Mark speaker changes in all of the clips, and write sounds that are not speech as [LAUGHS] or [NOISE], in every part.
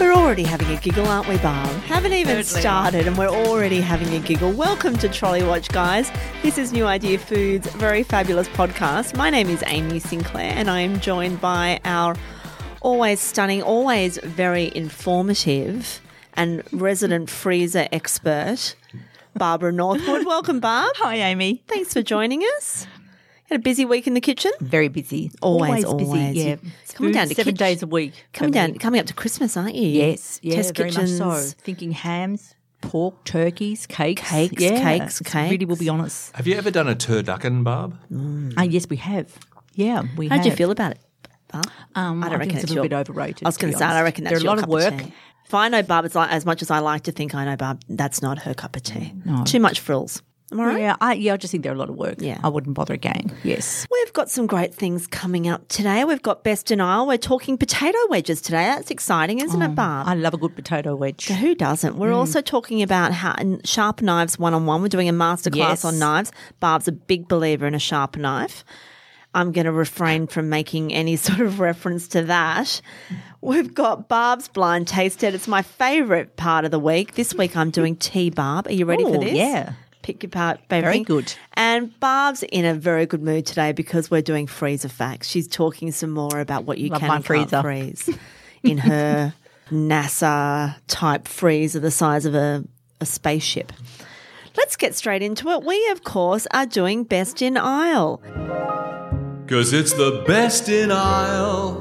Speaker 1: We're already having a giggle, aren't we, Bob? Haven't even
Speaker 2: Totally.
Speaker 1: started, and we're already having a giggle. Welcome to Trolley Watch, guys. This is New Idea Foods' very fabulous podcast. My name is Amy Sinclair, and I am joined by our always stunning, always very informative, and resident freezer expert, Barbara
Speaker 2: [LAUGHS]
Speaker 1: Northwood. Welcome, Barb.
Speaker 2: Hi, Amy.
Speaker 1: Thanks for joining us. Had a busy week in the kitchen.
Speaker 2: Very busy.
Speaker 1: Always, always.
Speaker 2: busy. Yeah.
Speaker 1: Coming down to
Speaker 2: seven
Speaker 1: kitch-
Speaker 2: days a week.
Speaker 1: Coming
Speaker 2: for me.
Speaker 1: down, coming up to Christmas, aren't you?
Speaker 2: Yes. Yeah.
Speaker 1: Test
Speaker 2: very
Speaker 1: kitchens.
Speaker 2: much so. Thinking hams, pork, turkeys, cakes,
Speaker 1: Cakes,
Speaker 2: yeah.
Speaker 1: cakes,
Speaker 2: It's Really,
Speaker 1: cakes. Hmm.
Speaker 2: we'll be honest.
Speaker 3: Have you ever done a turducken, Barb?
Speaker 2: Ah, yes, we have. Yeah, we.
Speaker 1: How'd you
Speaker 2: have.
Speaker 1: feel about it? Barb?
Speaker 2: Um, I
Speaker 1: don't
Speaker 2: think
Speaker 1: reckon
Speaker 2: it's a
Speaker 1: it's
Speaker 2: little
Speaker 1: your-
Speaker 2: bit overrated.
Speaker 1: I was
Speaker 2: to be
Speaker 1: going to say, I
Speaker 2: honest.
Speaker 1: reckon that's
Speaker 2: there are a lot
Speaker 1: your
Speaker 2: of
Speaker 1: cup
Speaker 2: work.
Speaker 1: tea. If I know Barb, it's like as much as I like to think I know Barb, that's not her cup of tea. Too much frills. Am I right?
Speaker 2: Mm, Yeah, I, yeah, I just think there are a lot of work.
Speaker 1: Yeah.
Speaker 2: I wouldn't bother again. Yes.
Speaker 1: We've got some great things coming up today. We've got Best in Isle. We're talking potato wedges today. That's exciting, isn't it, Barb?
Speaker 2: Oh, I love a good potato wedge.
Speaker 1: Who doesn't?
Speaker 2: Mm.
Speaker 1: We're also talking about how and sharp knives one on one. We're doing a masterclass
Speaker 2: Yes.
Speaker 1: on knives. Barb's a big believer in a sharp knife. I'm going to refrain from making any [LAUGHS] sort of reference to that. We've got Barb's blind taste test. It's my favourite part of the week. This week I'm doing tea, Barb. Are you ready for
Speaker 2: Ooh,
Speaker 1: this?
Speaker 2: yeah.
Speaker 1: Pick your part, baby.
Speaker 2: Very good.
Speaker 1: And Barb's in a very good mood today because we're doing freezer facts. She's talking some more about what you
Speaker 2: Love
Speaker 1: can
Speaker 2: my
Speaker 1: and can't
Speaker 2: freezer.
Speaker 1: freeze in
Speaker 2: [LAUGHS]
Speaker 1: her NASA type freezer the size of a, a spaceship. Let's get straight into it. We, of course, are doing Best in Isle.
Speaker 3: Because it's the best in Isle.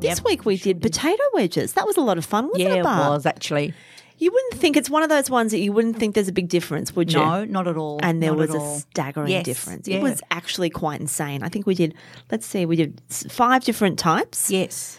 Speaker 1: This week we did potato wedges. That was a lot of fun, wasn't
Speaker 2: Yeah,
Speaker 1: it,
Speaker 2: it
Speaker 1: Barb?
Speaker 2: was actually.
Speaker 1: You wouldn't think it's one of those ones that you wouldn't think there's a big difference, would you?
Speaker 2: No, not at all.
Speaker 1: And there
Speaker 2: Not
Speaker 1: was
Speaker 2: at
Speaker 1: a
Speaker 2: all.
Speaker 1: staggering
Speaker 2: Yes,
Speaker 1: difference.
Speaker 2: yeah.
Speaker 1: It was actually quite insane. I think we did, let's see, we did s- five different types.
Speaker 2: Yes.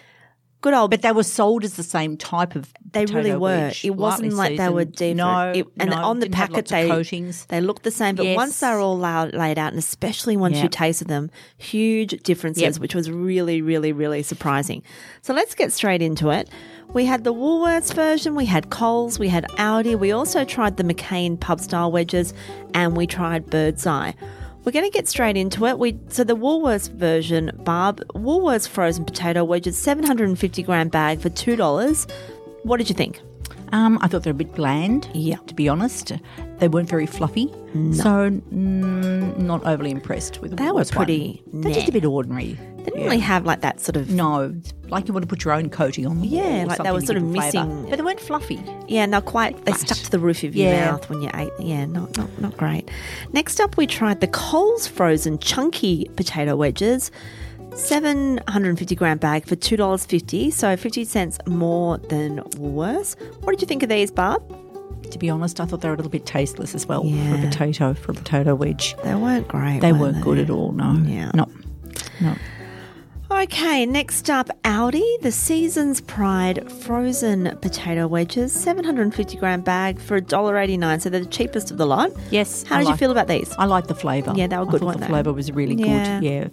Speaker 1: Good old
Speaker 2: But they were sold as the same type of.
Speaker 1: They
Speaker 2: potato
Speaker 1: really were.
Speaker 2: wedge.
Speaker 1: It wasn't like
Speaker 2: Lightly
Speaker 1: they were
Speaker 2: seasoned.
Speaker 1: different.
Speaker 2: No,
Speaker 1: It- and
Speaker 2: no,
Speaker 1: on the
Speaker 2: didn't have
Speaker 1: packet,
Speaker 2: lots of
Speaker 1: they
Speaker 2: coatings.
Speaker 1: they looked the same. But
Speaker 2: Yes.
Speaker 1: once they're all la- laid out, and especially once
Speaker 2: Yeah.
Speaker 1: you tasted them, huge differences,
Speaker 2: Yep.
Speaker 1: which was really, really, really surprising. So let's get straight into it. We had the Woolworths version, we had Coles, we had Audi, we also tried the McCain pub style wedges, and we tried Bird's Eye. We're going to get straight into it. We so the Woolworths version, Barb Woolworths frozen potato wedges, seven hundred and fifty gram bag for two dollars. What did you think?
Speaker 2: Um, I thought they were a bit bland.
Speaker 1: Yeah.
Speaker 2: To be honest, they weren't very fluffy. So mm, not overly impressed with. the
Speaker 1: They were
Speaker 2: Woolworths one.
Speaker 1: pretty
Speaker 2: They're just a
Speaker 1: meh.
Speaker 2: bit ordinary.
Speaker 1: They didn't really have like that sort of
Speaker 2: No, it's like you want to put your own coating on. The
Speaker 1: Yeah,
Speaker 2: wall or
Speaker 1: like they
Speaker 2: something
Speaker 1: were
Speaker 2: to
Speaker 1: sort of
Speaker 2: give it flavour.
Speaker 1: missing-
Speaker 2: but they weren't fluffy.
Speaker 1: Yeah, not quite. They stuck to the roof of your
Speaker 2: Yeah.
Speaker 1: mouth when you ate. Yeah, not, not not great. Next up, we tried the Coles frozen chunky potato wedges, seven hundred and fifty gram bag for two dollars fifty, so fifty cents more than Woolworths. What did you think of these, Barb?
Speaker 2: To be honest, I thought they were a little bit tasteless as well for a
Speaker 1: Yeah.
Speaker 2: potato for a potato wedge.
Speaker 1: They weren't great.
Speaker 2: They
Speaker 1: were
Speaker 2: weren't good at all. No.
Speaker 1: Yeah.
Speaker 2: No. No.
Speaker 1: Okay, next up, Audi, the Season's Pride frozen potato wedges, seven hundred and fifty gram bag for $1.89, so they're the cheapest of the lot.
Speaker 2: Yes.
Speaker 1: How
Speaker 2: I
Speaker 1: did you
Speaker 2: like-
Speaker 1: feel about these?
Speaker 2: I like the flavour.
Speaker 1: Yeah, they were
Speaker 2: I
Speaker 1: good,
Speaker 2: thought
Speaker 1: weren't
Speaker 2: the
Speaker 1: they?
Speaker 2: flavour was really
Speaker 1: Yeah.
Speaker 2: good. Yeah.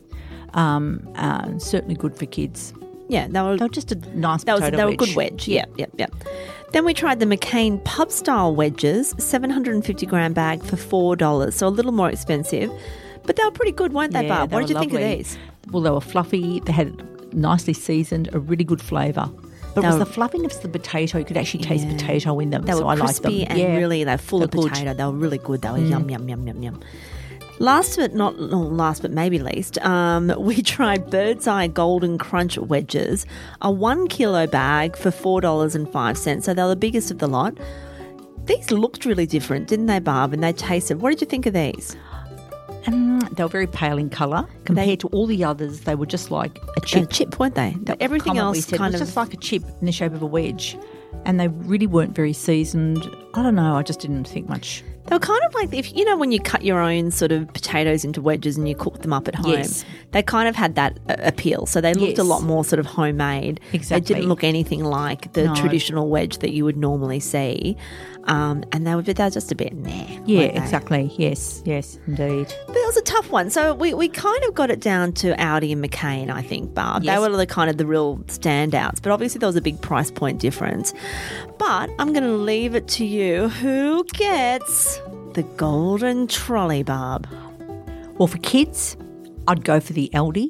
Speaker 2: Um, uh, certainly good for kids.
Speaker 1: Yeah, they were
Speaker 2: They were just a nice
Speaker 1: That was
Speaker 2: potato
Speaker 1: they were a
Speaker 2: wedge.
Speaker 1: good wedge. Yep, yep, yep. Then we tried the McCain pub style wedges, 750 gram bag for four dollars, so a little more expensive, but they were pretty good, weren't they, Barb?
Speaker 2: they
Speaker 1: What did you
Speaker 2: were
Speaker 1: think of
Speaker 2: lovely.
Speaker 1: these?
Speaker 2: Well, they were fluffy. They had nicely seasoned, a really good flavour. But it
Speaker 1: They
Speaker 2: was
Speaker 1: were-
Speaker 2: the fluffiness of the potato. You could actually taste
Speaker 1: Yeah.
Speaker 2: potato in them.
Speaker 1: They
Speaker 2: so
Speaker 1: were
Speaker 2: I liked them.
Speaker 1: crispy and
Speaker 2: Yeah. Mm.
Speaker 1: really they're full of
Speaker 2: They're good.
Speaker 1: potato. They were really good. They were yum yum yum yum yum. Last but not no, last, but maybe least, um, [LAUGHS] we tried Bird's Eye Golden Crunch wedges, a one kilo bag for four dollars and five cents. So they're the biggest of the lot. These looked really different, didn't they, Barb? And they tasted. What did you think of these?
Speaker 2: Um, they were very pale in colour compared
Speaker 1: They-
Speaker 2: to all the others. They were just like a
Speaker 1: They're
Speaker 2: chip.
Speaker 1: chip, weren't they? But everything
Speaker 2: Commonly
Speaker 1: else
Speaker 2: said,
Speaker 1: kind
Speaker 2: it was
Speaker 1: of
Speaker 2: just like a chip in the shape of a wedge. and they really weren't very seasoned. I don't know. I just didn't think much.
Speaker 1: They were kind of like if you know when you cut your own sort of potatoes into wedges and you cook them up at home.
Speaker 2: Yes.
Speaker 1: They kind of had that uh, appeal, so they looked
Speaker 2: Yes.
Speaker 1: a lot more sort of homemade. They
Speaker 2: Exactly.
Speaker 1: didn't look anything like the
Speaker 2: No.
Speaker 1: traditional wedge that you would normally see, um, and they were but they were just a bit nah.
Speaker 2: Yeah,
Speaker 1: weren't they?
Speaker 2: exactly. Yes, yes, indeed.
Speaker 1: But it was a tough one. So we, we kind of got it down to Audi and McCain, I think, Barb.
Speaker 2: Yes.
Speaker 1: They were the kind of the real standouts. But obviously there was a big price point difference. But I'm going to leave it to you. Who gets the golden trolley, Barb?
Speaker 2: Well, for kids, I'd go for the Aldi.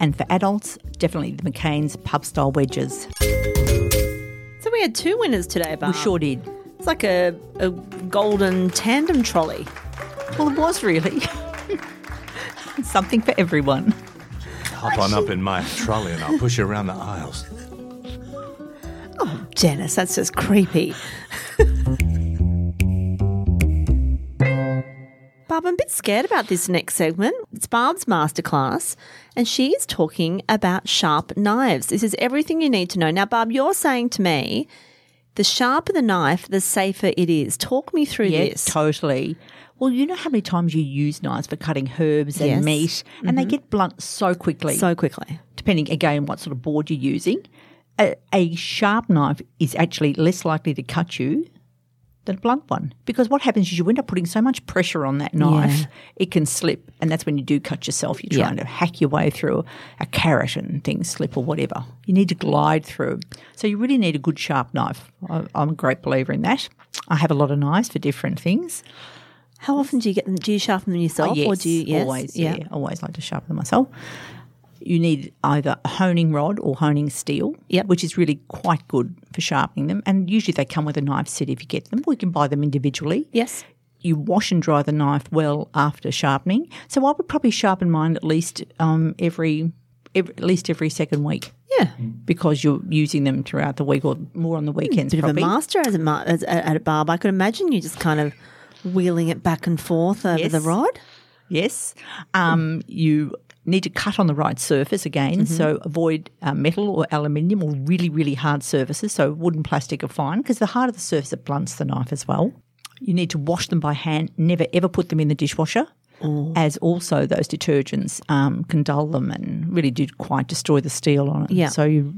Speaker 2: And for adults, definitely the McCain's pub style wedges.
Speaker 1: So we had two winners today, Barb.
Speaker 2: We sure did.
Speaker 1: It's like a, a golden tandem trolley.
Speaker 2: Well, it was really [LAUGHS] something for everyone.
Speaker 3: Hop on up in my trolley and I'll push you around the aisles.
Speaker 1: Janice, that's just creepy. [LAUGHS] Barb, I'm a bit scared about this next segment. It's Barb's masterclass, and she is talking about sharp knives. This is everything you need to know. Now, Barb, you're saying to me, the sharper the knife, the safer it is. Talk me through this.
Speaker 2: totally. Well, you know how many times you use knives for cutting herbs and
Speaker 1: Yes. Mm-hmm.
Speaker 2: meat, and they get blunt so quickly.
Speaker 1: so quickly.
Speaker 2: depending again what sort of board you're using, a, a sharp knife is actually less likely to cut you than a blunt one because what happens is you end up putting so much pressure on that knife it can slip and that's when you do cut yourself you're trying to hack your way through a carrot and things slip or whatever you need to glide through so you really need a good sharp knife I, i'm a great believer in that i have a lot of knives for different things
Speaker 1: How often do you get them? Do you sharpen them yourself, Oh, or do you? Yes,
Speaker 2: Oh, always? Yeah. always like to sharpen myself. You need either a honing rod or honing steel,
Speaker 1: Yep.
Speaker 2: which is really quite good for sharpening them. And usually they come with a knife set if you get them, or you can buy them individually.
Speaker 1: Yes.
Speaker 2: You wash and dry the knife well after sharpening. So I would probably sharpen mine at least um, every, every at least every second week
Speaker 1: Yeah. Hmm,
Speaker 2: because you're using them throughout the week or more on the weekends.
Speaker 1: bit
Speaker 2: probably.
Speaker 1: of a master as a, ma- as, a- at a barb. I could imagine you just kind of wheeling it back and forth over the
Speaker 2: Yes.
Speaker 1: rod.
Speaker 2: Yes. Um, you need to cut on the right surface again.
Speaker 1: Mm-hmm.
Speaker 2: So avoid uh, metal or aluminium or really, really hard surfaces. So wooden, plastic are fine because the harder the surface, it blunts the knife as well. You need to wash them by hand. Never, ever put them in the dishwasher. As also those detergents um, can dull them and really do quite destroy the steel on it.
Speaker 1: Yeah.
Speaker 2: So you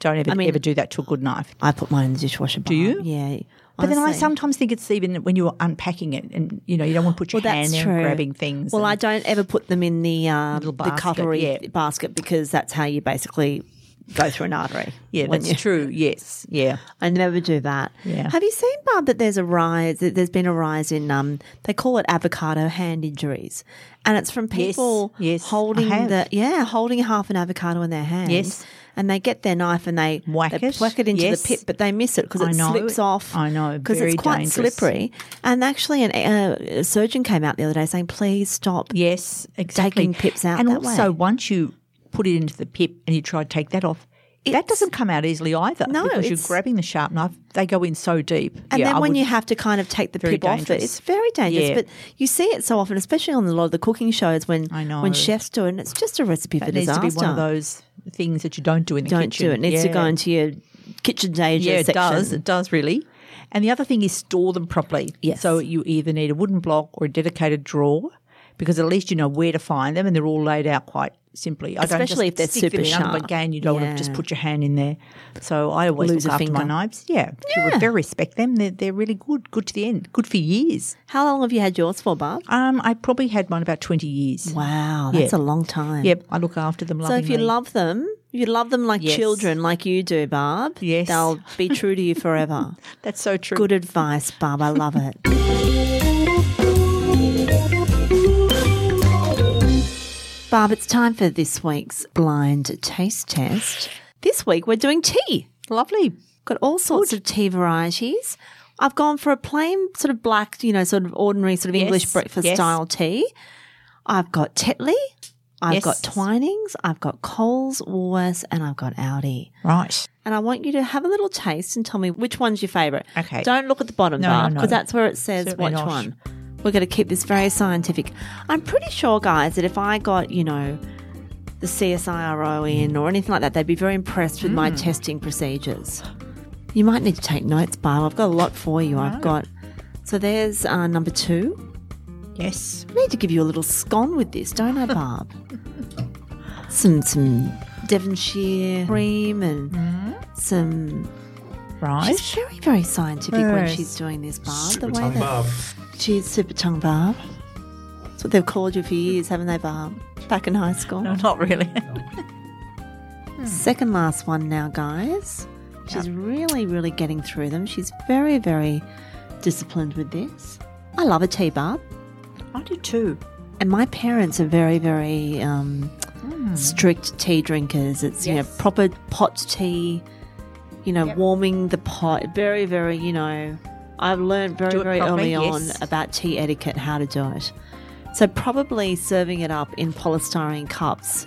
Speaker 2: don't ever,
Speaker 1: mean-
Speaker 2: ever do that to a good knife.
Speaker 1: I put mine in the dishwasher. Do
Speaker 2: you?
Speaker 1: Yeah.
Speaker 2: But then I
Speaker 1: Honestly.
Speaker 2: sometimes think it's even when you're unpacking it and, you know, you don't want to put your
Speaker 1: Well,
Speaker 2: hand
Speaker 1: that's
Speaker 2: there
Speaker 1: true.
Speaker 2: and grabbing things.
Speaker 1: Well,
Speaker 2: and-
Speaker 1: I don't ever put them in the uh,
Speaker 2: Little
Speaker 1: the
Speaker 2: basket,
Speaker 1: cutlery
Speaker 2: yeah.
Speaker 1: basket because that's how you basically go through an artery.
Speaker 2: Yeah,
Speaker 1: when
Speaker 2: that's
Speaker 1: you-
Speaker 2: true. Yes, yeah.
Speaker 1: I never do that.
Speaker 2: Yeah.
Speaker 1: Have you seen Barb that there's a rise? That there's been a rise in um, they call it avocado hand injuries, and it's from people
Speaker 2: yes, I
Speaker 1: holding
Speaker 2: have.
Speaker 1: the yeah holding half an avocado in their hand.
Speaker 2: Yes.
Speaker 1: and they get their knife and they
Speaker 2: Whack
Speaker 1: they
Speaker 2: it.
Speaker 1: whack it into
Speaker 2: Yes.
Speaker 1: the pit, but they miss it because
Speaker 2: I
Speaker 1: it
Speaker 2: know.
Speaker 1: slips off.
Speaker 2: I know.
Speaker 1: because
Speaker 2: Very
Speaker 1: it's quite
Speaker 2: dangerous.
Speaker 1: slippery. And actually, an, uh, a surgeon came out the other day saying, "Please stop."
Speaker 2: Yes, exactly.
Speaker 1: Taking pips out
Speaker 2: and
Speaker 1: that
Speaker 2: also
Speaker 1: way.
Speaker 2: once you put it into the pip and you try to take that off, that doesn't come out easily either.
Speaker 1: No,
Speaker 2: because you're
Speaker 1: it's-
Speaker 2: grabbing the sharp knife; they go in so deep.
Speaker 1: And
Speaker 2: Yeah,
Speaker 1: then
Speaker 2: I
Speaker 1: when
Speaker 2: would-
Speaker 1: you have to kind of take the
Speaker 2: Very
Speaker 1: pip off it,
Speaker 2: dangerous.
Speaker 1: it's very dangerous.
Speaker 2: Yeah.
Speaker 1: But you see it so often, especially on a lot of the cooking shows when
Speaker 2: I know.
Speaker 1: when chefs do it, and it's just a recipe for
Speaker 2: it needs
Speaker 1: disaster.
Speaker 2: to be one of those things that you don't do in the
Speaker 1: Don't
Speaker 2: kitchen.
Speaker 1: do it. It needs to
Speaker 2: Yeah.
Speaker 1: go into your kitchen danger
Speaker 2: Yeah, it
Speaker 1: section.
Speaker 2: does. It does really. And the other thing is store them properly.
Speaker 1: Yes.
Speaker 2: So you either need a wooden block or a dedicated drawer, because at least you know where to find them, and they're all laid out quite simply. I don't
Speaker 1: Especially
Speaker 2: just
Speaker 1: if they're
Speaker 2: stick them
Speaker 1: super
Speaker 2: in under my
Speaker 1: sharp.
Speaker 2: Again, you don't want
Speaker 1: Yeah.
Speaker 2: to just put your hand in there. So I always
Speaker 1: Lose a
Speaker 2: look after my
Speaker 1: finger.
Speaker 2: knives. Yeah. yeah. Very respect them. They're, they're really good. Good to the end. Good for years.
Speaker 1: How long have you had yours for, Barb?
Speaker 2: Um, I probably had mine about twenty years.
Speaker 1: Wow, that's a long time.
Speaker 2: Yep. I look after them.
Speaker 1: So
Speaker 2: Lovingly.
Speaker 1: if you love them, you love them like
Speaker 2: Yes.
Speaker 1: children, like you do, Barb.
Speaker 2: Yes.
Speaker 1: they'll be true to you
Speaker 2: [LAUGHS]
Speaker 1: forever.
Speaker 2: that's so true.
Speaker 1: Good advice, Barb. I love
Speaker 2: [LAUGHS]
Speaker 1: it. Barb, it's time for this week's blind taste test. This week we're doing tea.
Speaker 2: Lovely.
Speaker 1: Got all sorts of tea varieties. I've gone for a plain sort of black, you know, sort of ordinary sort of English
Speaker 2: Yes,
Speaker 1: breakfast
Speaker 2: yes.
Speaker 1: style tea. I've got Tetley, I've
Speaker 2: Yes.
Speaker 1: got Twinings, I've got Coles, Woolworths, and I've got Aldi.
Speaker 2: Right.
Speaker 1: And I want you to have a little taste and tell me which one's your favourite.
Speaker 2: Okay.
Speaker 1: Don't look at the bottom,
Speaker 2: No,
Speaker 1: bar,
Speaker 2: no, no.
Speaker 1: because that's where it says
Speaker 2: Certainly
Speaker 1: which
Speaker 2: not.
Speaker 1: one. We're going to keep this very scientific. I'm pretty sure, guys, that if I got, you know, the CSIRO in or anything like that. They'd be very impressed with
Speaker 2: Hmm.
Speaker 1: my testing procedures. You might need to take notes, Barb. I've got a lot for you. I've got. So there's uh, number two.
Speaker 2: Yes.
Speaker 1: I need to give you a little scone with this, don't I,
Speaker 2: [LAUGHS]
Speaker 1: Barb? some some Devonshire cream and
Speaker 2: Hmm?
Speaker 1: some.
Speaker 2: Right.
Speaker 1: She's very very scientific when
Speaker 2: Yes.
Speaker 1: she's doing this, Barb.
Speaker 3: Super tongue
Speaker 1: that-
Speaker 3: Bob.
Speaker 1: She's super tongue Barb. That's what they've called you for years, haven't they, Barb? Back in high school.
Speaker 2: No, [LAUGHS] not really.
Speaker 1: Second last one now, guys. She's really, really getting through them. She's very, very disciplined with this. I love a tea bar,
Speaker 2: I do too.
Speaker 1: and my parents are very, very um,
Speaker 2: Hmm.
Speaker 1: strict tea drinkers. It's you know proper pot tea, you know, warming the pot. Very, very, you know. I've learned very,
Speaker 2: Do it
Speaker 1: very
Speaker 2: properly,
Speaker 1: early
Speaker 2: yes.
Speaker 1: on about tea etiquette, how to do it. So probably serving it up in polystyrene cups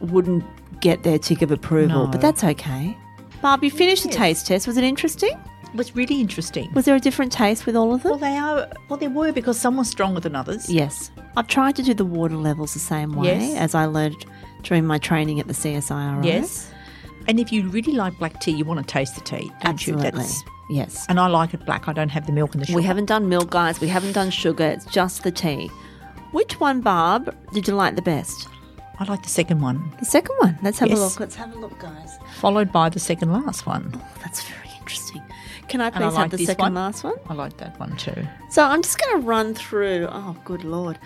Speaker 1: wouldn't get their tick of approval, but that's okay. Barb, you finished the taste test. Was it interesting?
Speaker 2: It was really interesting.
Speaker 1: Was there a different taste with all of them?
Speaker 2: Well, they are. Well, they were because some were stronger than others.
Speaker 1: yes. I've tried to do the water levels the same way
Speaker 2: Yes.
Speaker 1: as I learned during my training at the CSIRO.
Speaker 2: Yes. And if you really like black tea, you want to taste the tea, don't you?
Speaker 1: Absolutely.
Speaker 2: That's-
Speaker 1: Yes.
Speaker 2: and I like it black. I don't have the milk in the sugar.
Speaker 1: We haven't done milk, guys. We haven't done sugar. It's just the tea. Which one, Barb, did you like the best?
Speaker 2: I like the second one,
Speaker 1: The second one. Let's have
Speaker 2: Yes.
Speaker 1: a look. Let's have a look, guys. Oh,
Speaker 2: followed by the second last one.
Speaker 1: That's very interesting. Can I
Speaker 2: And I
Speaker 1: please
Speaker 2: like
Speaker 1: have the
Speaker 2: this
Speaker 1: second
Speaker 2: one.
Speaker 1: last one?
Speaker 2: I like that one too.
Speaker 1: So I'm just going to run through. Oh, good lord.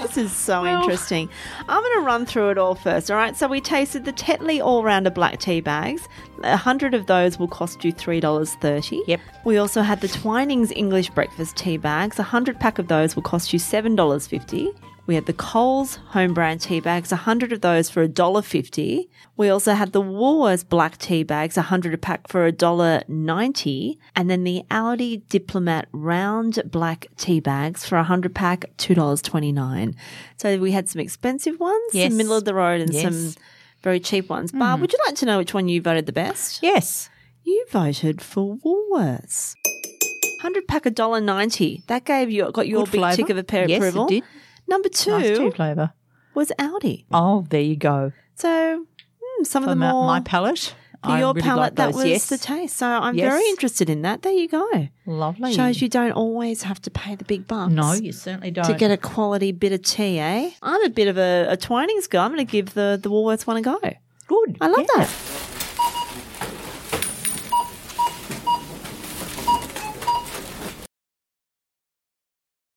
Speaker 1: this is so interesting. I'm going to run through it all first. All right. So we tasted the Tetley All Rounder Black Tea Bags. A hundred of those will cost you $3.30.
Speaker 2: Yep.
Speaker 1: We also had the Twinings English Breakfast Tea Bags. A hundred pack of those will cost you $7.50. We had the Coles home brand tea bags, 100 of those for $1.50. We also had the Woolworths black tea bags, 100 a pack for $1.90. And then the Audi Diplomat round black tea bags for 100 pack, $2.29. So we had some expensive ones,
Speaker 2: Yes.
Speaker 1: some middle of the road, and
Speaker 2: Yes. Mm.
Speaker 1: some very cheap ones. Barb, would you like to know which one you voted the best?
Speaker 2: Yes.
Speaker 1: You voted for Woolworths. Hundred pack a dollar ninety. That gave you got your
Speaker 2: Good
Speaker 1: big
Speaker 2: flavour.
Speaker 1: tick of a pair
Speaker 2: Yes, it
Speaker 1: approval.
Speaker 2: did.
Speaker 1: Number two
Speaker 2: Nice tea flavour.
Speaker 1: was Audi.
Speaker 2: Oh, there you go.
Speaker 1: So hmm, some of
Speaker 2: For
Speaker 1: the
Speaker 2: my,
Speaker 1: more
Speaker 2: my palate.
Speaker 1: for
Speaker 2: I
Speaker 1: your
Speaker 2: really
Speaker 1: palate,
Speaker 2: like
Speaker 1: that
Speaker 2: those.
Speaker 1: was
Speaker 2: yes.
Speaker 1: the taste. So I'm
Speaker 2: Yes.
Speaker 1: very interested in that. There you go.
Speaker 2: Lovely.
Speaker 1: Shows you don't always have to pay the big bucks.
Speaker 2: No, you certainly don't.
Speaker 1: To get a quality bit of tea, eh? I'm a bit of a, a Twinings girl. I'm going to give the, the Woolworths one a go.
Speaker 2: good.
Speaker 1: I love
Speaker 2: Yeah.
Speaker 1: that.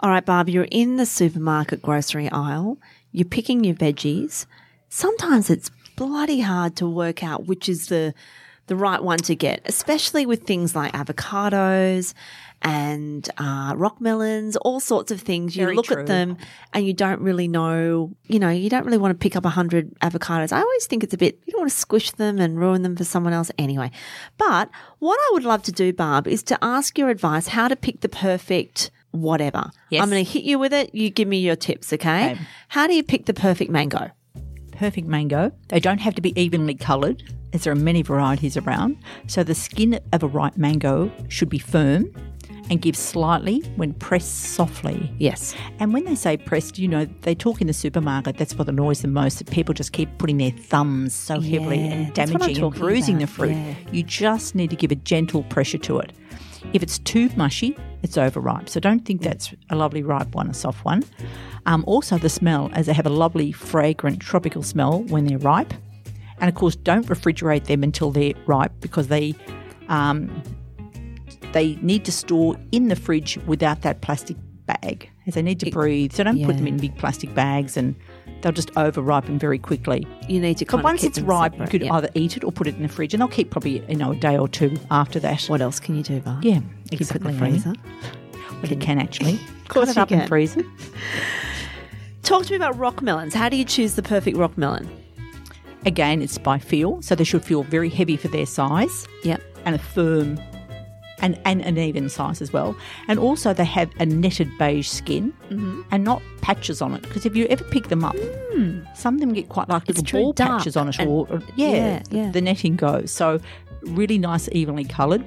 Speaker 1: All right, Barb, you're in the supermarket grocery aisle. You're picking your veggies. Sometimes it's bloody hard to work out which is the the right one to get, especially with things like avocados and uh, rock melons, all sorts of things. You
Speaker 2: Very
Speaker 1: look
Speaker 2: true.
Speaker 1: at them and you don't really know, you know, you don't really want to pick up 100 avocados. I always think it's a bit, you don't want to squish them and ruin them for someone else anyway. But what I would love to do, Barb, is to ask your advice how to pick the perfect whatever.
Speaker 2: Yes.
Speaker 1: I'm going to hit you with it. You give me your tips, okay?
Speaker 2: Okay.
Speaker 1: How do you pick the perfect mango?
Speaker 2: perfect mango. They don't have to be evenly coloured, as there are many varieties around. So the skin of a ripe mango should be firm and give slightly when pressed softly.
Speaker 1: Yes.
Speaker 2: And when they say pressed, you know, they talk in the supermarket, that's what annoys them most, that people just keep putting their thumbs so heavily
Speaker 1: Yeah,
Speaker 2: and
Speaker 1: that's what I'm
Speaker 2: damaging and
Speaker 1: talking
Speaker 2: bruising
Speaker 1: about,
Speaker 2: the fruit.
Speaker 1: yeah.
Speaker 2: You just need to give a gentle pressure to it. If it's too mushy, it's overripe. So don't think that's a lovely ripe one, a soft one. Um, also, the smell, as they have a lovely, fragrant tropical smell when they're ripe. And of course, don't refrigerate them until they're ripe because they they need to store in the fridge without that plastic bag as they need to breathe. So don't put them
Speaker 1: yeah.
Speaker 2: in big plastic bags and they'll just over ripen very quickly.
Speaker 1: You need to kind
Speaker 2: But
Speaker 1: of
Speaker 2: once
Speaker 1: keep
Speaker 2: it's
Speaker 1: them
Speaker 2: ripe, you
Speaker 1: separate,
Speaker 2: could
Speaker 1: yeah.
Speaker 2: either eat it or put it in the fridge and they'll keep probably, you know, a day or two after that.
Speaker 1: What else can you do, Barb?
Speaker 2: Yeah,
Speaker 1: You can put it
Speaker 2: exactly,
Speaker 1: in the
Speaker 2: Amy.
Speaker 1: freezer.
Speaker 2: Well, you can actually. Cut
Speaker 1: course
Speaker 2: it
Speaker 1: you
Speaker 2: up
Speaker 1: can.
Speaker 2: and freeze it.
Speaker 1: Talk to me about rock melons. How do you choose the perfect rock melon?
Speaker 2: Again, it's by feel, so they should feel very heavy for their size.
Speaker 1: Yep.
Speaker 2: and a firm and, and an even size as well. And also, they have a netted beige skin
Speaker 1: Mm-hmm.
Speaker 2: and not patches on it. Because if you ever pick them up, some of them get quite like
Speaker 1: Mm. It's
Speaker 2: little
Speaker 1: true,
Speaker 2: ball
Speaker 1: dark
Speaker 2: patches on it,
Speaker 1: and-
Speaker 2: or, or- yeah,
Speaker 1: yeah, yeah.
Speaker 2: the netting goes. So, really nice, evenly coloured.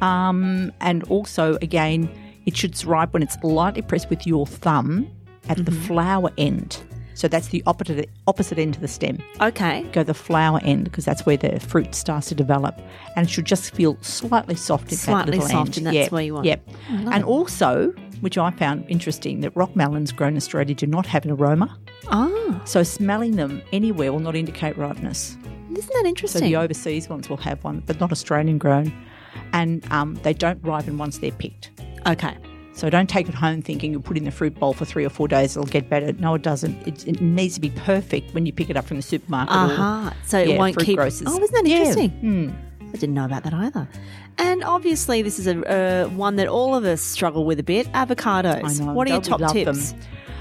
Speaker 2: Um, and also,
Speaker 1: Mm-hmm.
Speaker 2: again, it should ripe when it's lightly pressed with your thumb at the flower end. So that's the opposite opposite end to the stem.
Speaker 1: Okay.
Speaker 2: Go the flower end because that's where the fruit starts to develop, and it should just feel slightly soft. In
Speaker 1: Slightly
Speaker 2: that little
Speaker 1: soft,
Speaker 2: end.
Speaker 1: and that's
Speaker 2: Yep,
Speaker 1: where you want. Oh,
Speaker 2: Yep. And also, which I found interesting, that rock melons grown in Australia do not have an aroma,
Speaker 1: Ah,
Speaker 2: so smelling them anywhere will not indicate ripeness.
Speaker 1: isn't that
Speaker 2: So
Speaker 1: interesting?
Speaker 2: the overseas ones will have one, but not Australian grown, and um, they don't ripen once they're picked.
Speaker 1: okay.
Speaker 2: So don't take it home thinking you'll put it in the fruit bowl for three or four days, it'll get better. No, it doesn't. It, it needs to be perfect when you pick it up from the supermarket. or-
Speaker 1: Aha. Uh-huh. So it
Speaker 2: yeah,
Speaker 1: won't
Speaker 2: fruit
Speaker 1: keep.
Speaker 2: grocers.
Speaker 1: Oh, isn't that
Speaker 2: Yeah. Hmm.
Speaker 1: interesting? I didn't know about that either. And obviously, this is a uh, one that all of us struggle with a bit. Avocados.
Speaker 2: I know.
Speaker 1: What are your
Speaker 2: Don't we
Speaker 1: top
Speaker 2: love them?
Speaker 1: tips?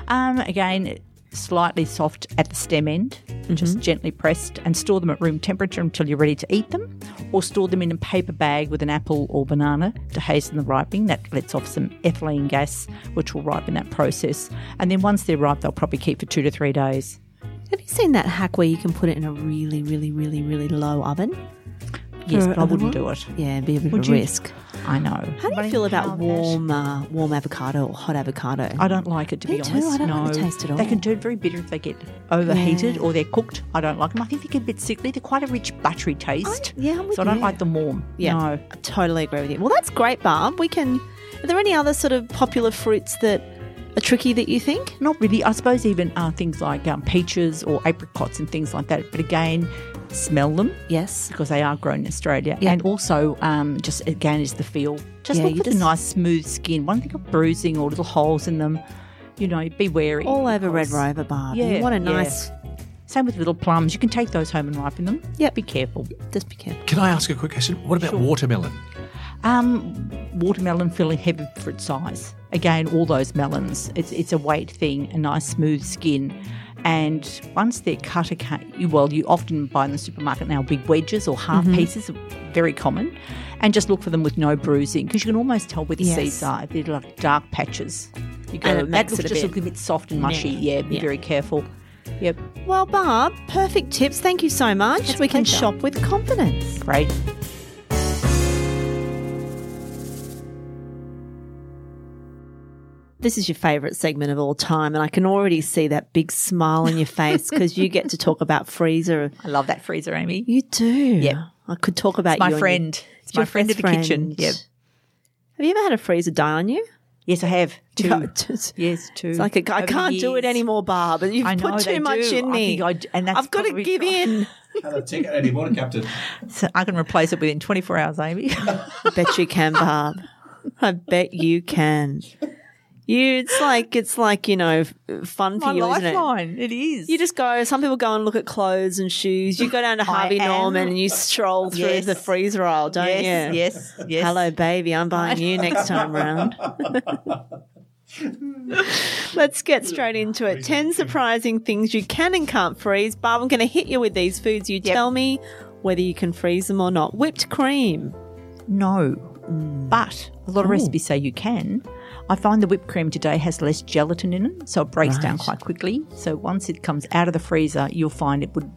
Speaker 2: Um, again, slightly soft at the stem end, just
Speaker 1: Mm-hmm.
Speaker 2: gently pressed, and store them at room temperature until you're ready to eat them, or store them in a paper bag with an apple or banana to hasten the ripening. That lets off some ethylene gas, which will ripen that process. And then once they're ripe, they'll probably keep for two to three days.
Speaker 1: Have you seen that hack where you can put it in a really, really, really, really low oven?
Speaker 2: Yes,
Speaker 1: For
Speaker 2: but I wouldn't
Speaker 1: another
Speaker 2: do it.
Speaker 1: Yeah, it'd be a bit
Speaker 2: Would
Speaker 1: of a
Speaker 2: you?
Speaker 1: risk.
Speaker 2: I know.
Speaker 1: How do you feel about warm, uh, warm avocado or hot avocado?
Speaker 2: I don't like it to
Speaker 1: Me
Speaker 2: be
Speaker 1: too,
Speaker 2: honest.
Speaker 1: I don't
Speaker 2: no,
Speaker 1: like the taste at all.
Speaker 2: they can turn very bitter if they get overheated or they're cooked. I don't like them. I think they get a bit sickly. They're quite a rich buttery taste.
Speaker 1: yeah, I'm with
Speaker 2: so I don't
Speaker 1: you.
Speaker 2: like them warm.
Speaker 1: yeah,
Speaker 2: No.
Speaker 1: I totally agree with you. Well, that's great, Barb. We can. Are there any other sort of popular fruits that are tricky that you think?
Speaker 2: Not really. I suppose even uh, things like um, peaches or apricots and things like that. But again, smell them
Speaker 1: Yes.
Speaker 2: because they are grown in Australia.
Speaker 1: Yeah.
Speaker 2: And also, um, just again, is the feel. Just
Speaker 1: Yeah,
Speaker 2: look
Speaker 1: you
Speaker 2: for the
Speaker 1: just-
Speaker 2: nice smooth skin. One thing of bruising or little holes in them. You know, be wary.
Speaker 1: All over Red
Speaker 2: because-
Speaker 1: Rover, Barb.
Speaker 2: Yeah,
Speaker 1: you want a
Speaker 2: yeah.
Speaker 1: nice.
Speaker 2: Same with little plums. You can take those home and ripen them.
Speaker 1: Yep.
Speaker 2: Be careful.
Speaker 1: Just be careful.
Speaker 3: Can I ask a quick question? What about watermelon?
Speaker 2: Um, watermelon filling heavy for its size. Again, all those melons. It's it's a weight thing, a nice smooth skin. And once they're cut, okay, you- well, you often buy in the supermarket now big wedges or half
Speaker 1: Mm-hmm.
Speaker 2: pieces, very common. And just look for them with no bruising because you can almost tell where the
Speaker 1: Yes.
Speaker 2: seeds are. They're like dark patches. You go,
Speaker 1: And it
Speaker 2: that
Speaker 1: makes it
Speaker 2: looks
Speaker 1: a
Speaker 2: just
Speaker 1: bit-
Speaker 2: look a bit soft and mushy. Yeah, be
Speaker 1: Yeah.
Speaker 2: very careful. Yep,
Speaker 1: Well, Barb, perfect tips. Thank you so much. we can
Speaker 2: pleasure.
Speaker 1: shop with confidence.
Speaker 2: great.
Speaker 1: This is your favourite segment of all time, and I can already see that big smile on your face
Speaker 2: [LAUGHS]
Speaker 1: because you get to talk about freezer.
Speaker 2: I love that freezer, Amy.
Speaker 1: You do. Yeah. I could talk about
Speaker 2: my
Speaker 1: you and your-
Speaker 2: friend. It's my
Speaker 1: your
Speaker 2: friend at
Speaker 1: best
Speaker 2: the kitchen.
Speaker 1: friend.
Speaker 2: Yep.
Speaker 1: Have you ever had a freezer die on you?
Speaker 2: Yes,
Speaker 1: [LAUGHS]
Speaker 2: I have two.
Speaker 1: It's
Speaker 2: Yes, two.
Speaker 1: it's like a, I
Speaker 2: Over
Speaker 1: can't do it
Speaker 2: years.
Speaker 1: anymore, Barb. You've
Speaker 2: I know
Speaker 1: put
Speaker 2: they
Speaker 1: too much
Speaker 2: do.
Speaker 1: in
Speaker 2: I
Speaker 1: me.
Speaker 2: think I d- and that's
Speaker 1: have got to
Speaker 2: probably-
Speaker 1: give in.
Speaker 3: Can't take it anymore, Captain.
Speaker 2: So [LAUGHS] I can replace it within 24 hours, Amy.
Speaker 1: bet you can, Barb. I bet you can. You, it's like it's like you know, f- fun for
Speaker 2: [LAUGHS] my
Speaker 1: you, isn't it?
Speaker 2: lifeline. it is.
Speaker 1: You just go. Some people go and look at clothes and shoes. You go down to Harvey
Speaker 2: am-
Speaker 1: Norman and you stroll through
Speaker 2: Yes.
Speaker 1: the freezer aisle, don't
Speaker 2: yes,
Speaker 1: you?
Speaker 2: yes, yes.
Speaker 1: Hello, baby. I'm buying you next time
Speaker 2: [LAUGHS]
Speaker 1: round. Let's get straight into it. 10 surprising things you can and can't freeze. Barb, I'm going to hit you with these foods. You tell me whether you can freeze them or not. Whipped cream.
Speaker 2: No,
Speaker 1: Mm.
Speaker 2: but a lot of recipes say you can. I find the whipped cream today has less gelatin in it, so it breaks down quite quickly. So once it comes out of the freezer, you'll find it would.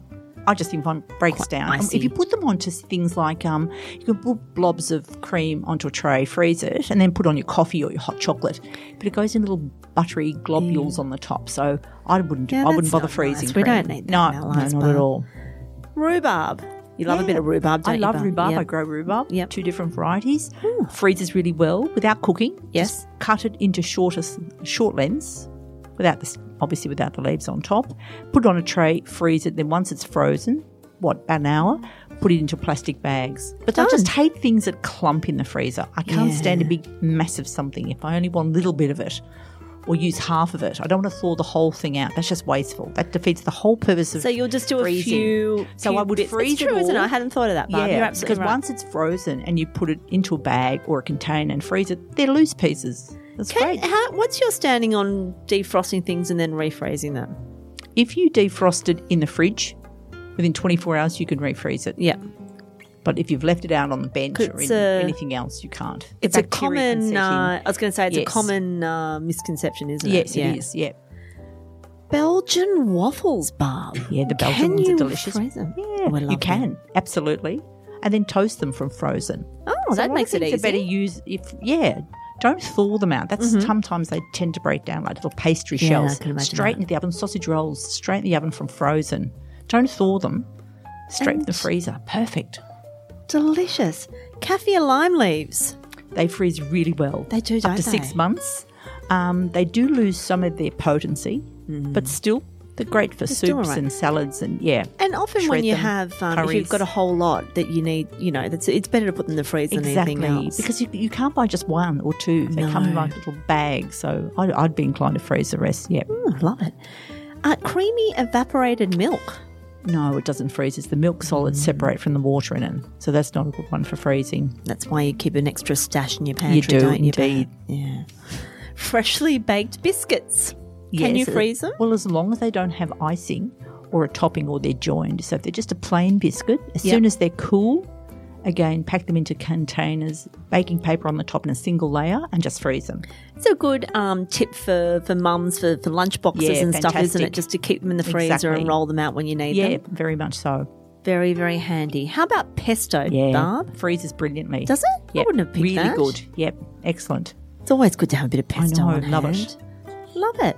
Speaker 2: I just think one breaks down. Um,
Speaker 1: icy.
Speaker 2: If you put them onto s- things like um, you can put blobs of cream onto a tray, freeze it, and then put on your coffee or your hot chocolate. But it goes in little buttery globules on the top, so I wouldn't.
Speaker 1: Yeah,
Speaker 2: I wouldn't
Speaker 1: that's
Speaker 2: bother
Speaker 1: not
Speaker 2: freezing.
Speaker 1: nice. We
Speaker 2: cream.
Speaker 1: don't need that
Speaker 2: no,
Speaker 1: in our
Speaker 2: no,
Speaker 1: lives,
Speaker 2: not
Speaker 1: Barb.
Speaker 2: at all.
Speaker 1: Rhubarb. You love a bit of rhubarb, don't
Speaker 2: I
Speaker 1: you?
Speaker 2: love
Speaker 1: Barb?
Speaker 2: rhubarb.
Speaker 1: Yeah.
Speaker 2: I grow rhubarb,
Speaker 1: Yep.
Speaker 2: two different varieties. Freezes really well without cooking.
Speaker 1: Yes.
Speaker 2: Just cut it into shorter, short lengths, without the s- obviously without the leaves on top. Put it on a tray, freeze it. Then once it's frozen, what about an hour? Put it into plastic bags. But I just hate things that clump in the freezer. I can't stand a big, massive something. If I only want a little bit of it. Or use half of it. I don't want to thaw the whole thing out. That's just wasteful. That defeats the whole purpose of
Speaker 1: So you'll just do
Speaker 2: freezing.
Speaker 1: a few.
Speaker 2: So
Speaker 1: few
Speaker 2: I would
Speaker 1: bits.
Speaker 2: freeze
Speaker 1: It's true,
Speaker 2: it
Speaker 1: isn't it?
Speaker 2: all.
Speaker 1: I hadn't thought of that, Barb. You're absolutely
Speaker 2: because
Speaker 1: right.
Speaker 2: once it's frozen and you put it into a bag or a container and freeze it, they're loose pieces. That's
Speaker 1: Can,
Speaker 2: great.
Speaker 1: how, what's your standing on defrosting things and then refreezing them?
Speaker 2: If you defrost it in the fridge, within 24 hours you can refreeze it.
Speaker 1: Yeah,
Speaker 2: But if you've left it out on the bench or
Speaker 1: It's
Speaker 2: in
Speaker 1: a-
Speaker 2: anything else, you can't. The
Speaker 1: it's a
Speaker 2: bacteria can set
Speaker 1: common.
Speaker 2: in.
Speaker 1: Uh, I was going to say it's a
Speaker 2: Yes.
Speaker 1: common uh, misconception, isn't
Speaker 2: yes,
Speaker 1: it?
Speaker 2: it is. Yeah.
Speaker 1: Belgian waffles, Barb.
Speaker 2: Yeah, the Belgian
Speaker 1: can
Speaker 2: ones are
Speaker 1: you
Speaker 2: delicious.
Speaker 1: Freeze them?
Speaker 2: Yeah,
Speaker 1: Oh, I love
Speaker 2: you
Speaker 1: that.
Speaker 2: can absolutely, and then toast them from frozen.
Speaker 1: Oh,
Speaker 2: So
Speaker 1: that
Speaker 2: I
Speaker 1: makes it easy. Mm-hmm.
Speaker 2: think It's a better use if yeah. Don't thaw them out. That's sometimes they tend to break down like little pastry
Speaker 1: Yeah, I
Speaker 2: shells.
Speaker 1: can imagine
Speaker 2: straight
Speaker 1: that.
Speaker 2: into the oven. Sausage rolls straight in the oven from frozen. Don't thaw them. Straight in the freezer. Perfect.
Speaker 1: Delicious. Kaffir lime leaves.
Speaker 2: They freeze really well.
Speaker 1: They do,
Speaker 2: Up
Speaker 1: don't
Speaker 2: to six
Speaker 1: they?
Speaker 2: months. Um, they do lose some of their potency, but still, they're great for
Speaker 1: Mm-hmm. still
Speaker 2: soups
Speaker 1: alright.
Speaker 2: and salads and yeah.
Speaker 1: And often when
Speaker 2: Shred
Speaker 1: you
Speaker 2: them,
Speaker 1: have, um, if you've
Speaker 2: curries.
Speaker 1: got a whole lot that you need, you know, that's, it's better to put them in the freezer
Speaker 2: Exactly,
Speaker 1: than anything else.
Speaker 2: because you, you can't buy just one or two. They come in
Speaker 1: No.
Speaker 2: like little bags, so I'd, I'd be inclined to freeze the rest. Yeah,
Speaker 1: Mm, love it. Uh, creamy evaporated milk.
Speaker 2: no, it doesn't freeze. It's the milk solids
Speaker 1: Mm.
Speaker 2: separate from the water in it, so that's not a good one for freezing.
Speaker 1: That's why you keep an extra stash in your pantry,
Speaker 2: do,
Speaker 1: not you? Beth?
Speaker 2: indeed.
Speaker 1: Yeah. Freshly baked biscuits. Can
Speaker 2: Yes,
Speaker 1: you
Speaker 2: uh,
Speaker 1: freeze them?
Speaker 2: Well, as long as they don't have icing or a topping or they're joined. So if they're just a plain biscuit, as
Speaker 1: Yep.
Speaker 2: soon as they're cool, again pack them into containers, baking paper on the top, and a single layer, and just freeze them.
Speaker 1: It's a good um, tip for, for mums for, for lunch boxes
Speaker 2: Yeah,
Speaker 1: and stuff, isn't
Speaker 2: fantastic.
Speaker 1: it? Just to keep them in the freezer and
Speaker 2: Exactly.
Speaker 1: roll them out when you need
Speaker 2: Yeah,
Speaker 1: them.
Speaker 2: very much so.
Speaker 1: Very, very handy. How about pesto,
Speaker 2: Yeah,
Speaker 1: Barb?
Speaker 2: freezes brilliantly.
Speaker 1: Does it? I
Speaker 2: Yep,
Speaker 1: wouldn't have picked
Speaker 2: really
Speaker 1: that.
Speaker 2: good. Yep, excellent.
Speaker 1: It's always good to have a bit of pesto
Speaker 2: know,
Speaker 1: on
Speaker 2: love it.
Speaker 1: hand. Love it.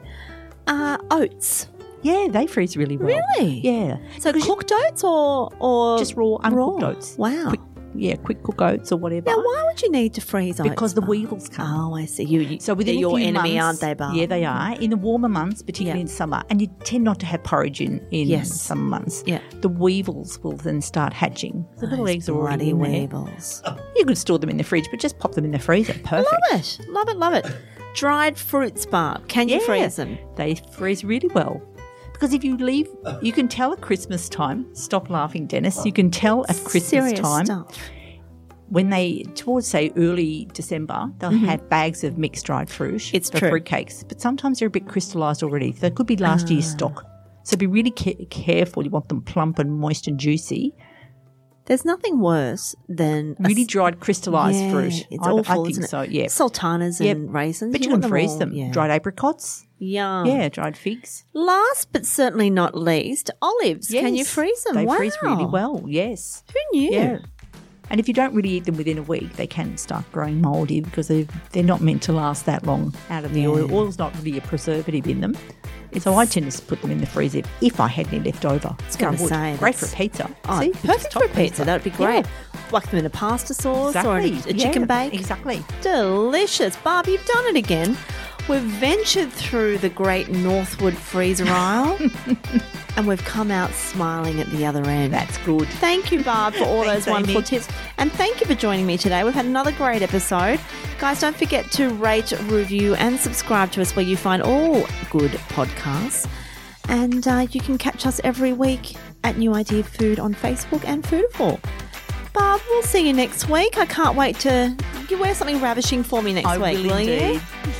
Speaker 1: Uh, oats.
Speaker 2: Yeah, they freeze really well.
Speaker 1: Really?
Speaker 2: Yeah.
Speaker 1: So cooked oats or or
Speaker 2: Just raw, uncooked
Speaker 1: raw?
Speaker 2: oats.
Speaker 1: Wow.
Speaker 2: Quick, yeah, quick cook oats or whatever.
Speaker 1: now, why would you need to freeze oats?
Speaker 2: because the
Speaker 1: Barb?
Speaker 2: weevils come.
Speaker 1: Oh, I see. You, you
Speaker 2: So
Speaker 1: so
Speaker 2: within
Speaker 1: they're
Speaker 2: a
Speaker 1: your
Speaker 2: few
Speaker 1: enemy, aren't
Speaker 2: months-
Speaker 1: they, Barb?
Speaker 2: Yeah, they are. In the warmer months, particularly
Speaker 1: Yeah.
Speaker 2: in summer, and you tend not to have porridge in, in
Speaker 1: Yes.
Speaker 2: summer months.
Speaker 1: Yeah.
Speaker 2: The weevils will then start hatching. The little
Speaker 1: Those
Speaker 2: eggs are already
Speaker 1: bloody
Speaker 2: in there.
Speaker 1: weevils.
Speaker 2: You could store them in the fridge, but just pop them in the freezer.
Speaker 1: Love
Speaker 2: Perfect.
Speaker 1: it, love it, love it. Dried fruits, Barb. Can you freeze them?
Speaker 2: They freeze really well. Because if you leave, you can tell at Christmas time. Stop laughing, Dennis. You can tell at Christmas
Speaker 1: Serious
Speaker 2: time
Speaker 1: stuff.
Speaker 2: when they towards say early December, they'll have bags of mixed dried fruit.
Speaker 1: Mm-hmm. It's
Speaker 2: for
Speaker 1: true.
Speaker 2: fruitcakes, but sometimes they're a bit crystallised already. They could be last year's
Speaker 1: Ah.
Speaker 2: stock. So be really ca- careful. You want them plump and moist and juicy.
Speaker 1: There's nothing worse than a
Speaker 2: Really
Speaker 1: s-
Speaker 2: dried crystallised
Speaker 1: Yeah,
Speaker 2: fruit.
Speaker 1: It's
Speaker 2: I,
Speaker 1: awful,
Speaker 2: I think
Speaker 1: isn't it?
Speaker 2: so. Yeah.
Speaker 1: Sultanas
Speaker 2: Yeah,
Speaker 1: and raisins.
Speaker 2: but you,
Speaker 1: want
Speaker 2: can freeze
Speaker 1: all-
Speaker 2: them.
Speaker 1: Yeah. Ah.
Speaker 2: Dried apricots.
Speaker 1: Yum.
Speaker 2: Yeah, dried figs.
Speaker 1: Last but certainly not least, olives. Can you
Speaker 2: Yes,
Speaker 1: freeze them?
Speaker 2: They
Speaker 1: wow.
Speaker 2: freeze really well. Yes.
Speaker 1: Who knew?
Speaker 2: Yeah. And if you don't really eat them within a week, they can start growing mouldy because they they're not meant to last that long out of the oil. Oil's not really a preservative in them. so I tend to put them in the freezer if, if I had any left over. It's
Speaker 1: gonna say,
Speaker 2: great for
Speaker 1: that's-
Speaker 2: pizza.
Speaker 1: Oh,
Speaker 2: See,
Speaker 1: perfect for pizza. That would be great.
Speaker 2: Yeah,
Speaker 1: Whack them in a pasta sauce or in a,
Speaker 2: exactly.
Speaker 1: a chicken
Speaker 2: Yeah,
Speaker 1: bake.
Speaker 2: Exactly.
Speaker 1: Delicious. Barb, you've done it again. We've ventured through the great Northwood freezer aisle and we've come out smiling at the other end.
Speaker 2: That's good.
Speaker 1: Thank you, Barb, for all
Speaker 2: Thanks,
Speaker 1: those wonderful
Speaker 2: Amy.
Speaker 1: tips. And thank you for joining me today. We've had another great episode. Guys, don't forget to rate, review, and subscribe to us where you find all good podcasts. And uh, you can catch us every week at New Idea Food on Facebook and Foodiful. Barb, we'll see you next week. I can't wait to. You wear something ravishing for me next
Speaker 2: I
Speaker 1: week,
Speaker 2: will
Speaker 1: will you?
Speaker 2: indeed.